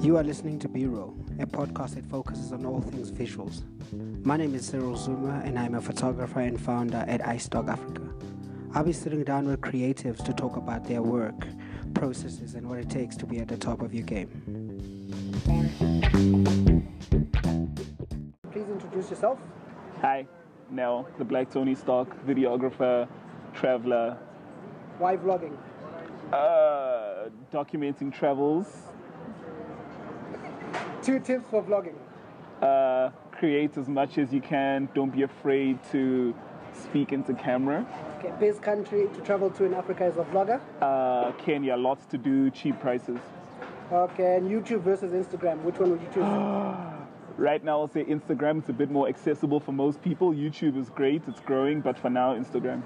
You are listening to B-Roll, a podcast that focuses on all things visuals. My name is Cyril Zuma, and I'm a photographer and founder at iStock Africa. I'll be sitting down with creatives to talk about their work, processes, and what it takes to be at the top of your game. Please introduce yourself. Hi, Nell, the Black Tony Stark, videographer, traveler, Why vlogging? uh, documenting travels, Two tips for vlogging. uh, create as much as you can. Don't be afraid to speak into camera. Okay, best country to travel to in Africa as a vlogger. Uh, Kenya, lots to do, cheap prices. Okay, and YouTube versus Instagram. Which one would you choose? Right now, I'll say Instagram. It's a bit more accessible for most people. YouTube is great, it's growing, but for now, Instagram.